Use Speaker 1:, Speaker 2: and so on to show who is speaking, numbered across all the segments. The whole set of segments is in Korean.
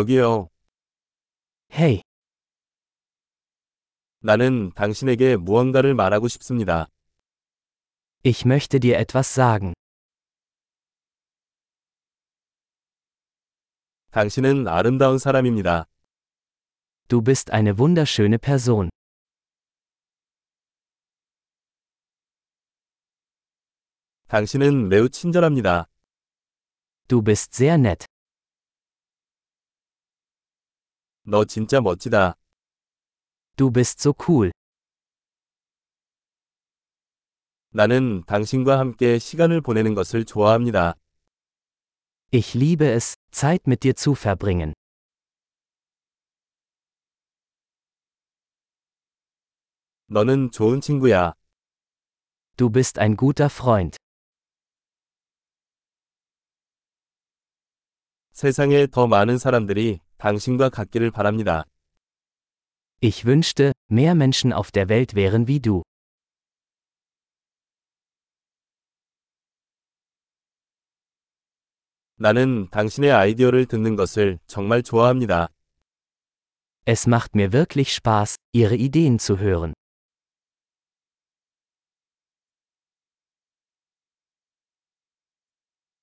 Speaker 1: 여기요.
Speaker 2: Hey,
Speaker 1: 나는 당신에게 무언가를 말하고 싶습니다.
Speaker 2: ich möchte dir etwas sagen.
Speaker 1: 당신은 아름다운 사람입니다.
Speaker 2: Du bist eine wunderschöne Person.
Speaker 1: 당신은 매우 친절합니다.
Speaker 2: Du bist sehr nett.
Speaker 1: 너 진짜 멋지다.
Speaker 2: Du bist so cool.
Speaker 1: 나는 당신과 함께 시간을 보내는 것을 좋아합니다.
Speaker 2: Ich liebe es, Zeit mit dir zu verbringen.
Speaker 1: 너는 좋은 친구야.
Speaker 2: Du bist ein guter Freund.
Speaker 1: 세상에 더 많은 사람들이 당신과 같기를 바랍니다.
Speaker 2: Ich wünschte, mehr Menschen auf der Welt wären wie du.
Speaker 1: 나는 당신의 아이디어를 듣는 것을 정말 좋아합니다.
Speaker 2: Es macht mir wirklich Spaß, ihre Ideen zu hören.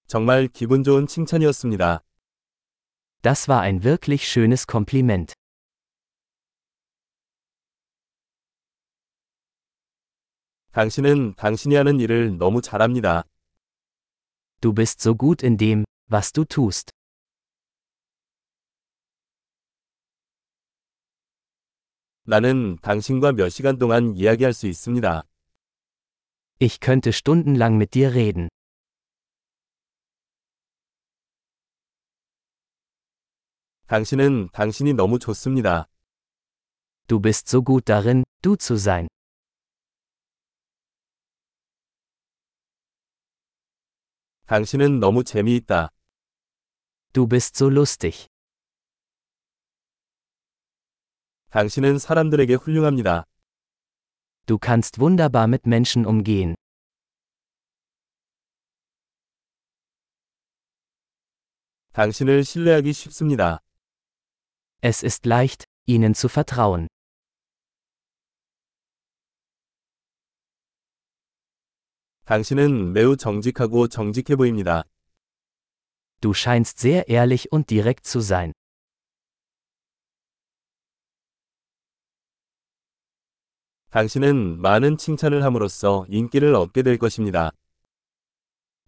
Speaker 1: 정말 기분 좋은 칭찬이었습니다.
Speaker 2: Das war ein wirklich schönes Kompliment.
Speaker 1: 당신은 당신이 하는 일을 너무 잘합니다.
Speaker 2: Du bist so gut in dem, was du tust.
Speaker 1: 나는 당신과 몇 시간 동안 이야기할 수 있습니다.
Speaker 2: Ich könnte stundenlang mit dir reden.
Speaker 1: 당신은 당신이 너무 좋습니다.
Speaker 2: Du bist so gut darin, du zu sein.
Speaker 1: 당신은 너무 재미있다.
Speaker 2: Du bist so lustig.
Speaker 1: 당신은 사람들에게 훌륭합니다.
Speaker 2: Du kannst wunderbar mit Menschen umgehen.
Speaker 1: 당신을 신뢰하기 쉽습니다.
Speaker 2: Es ist leicht, ihnen zu vertrauen.
Speaker 1: 당신은 매우 정직하고 정직해 보입니다.
Speaker 2: Du scheinst sehr ehrlich und direkt zu sein.
Speaker 1: 당신은 많은 칭찬을 함으로써 인기를 얻게 될 것입니다.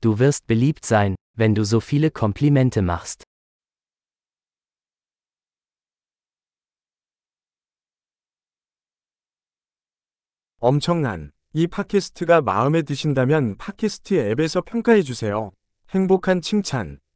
Speaker 2: Du wirst beliebt sein, wenn du so viele Komplimente machst.
Speaker 3: 엄청난 이 팟캐스트가 마음에 드신다면 팟캐스트 앱에서 평가해 주세요. 행복한 칭찬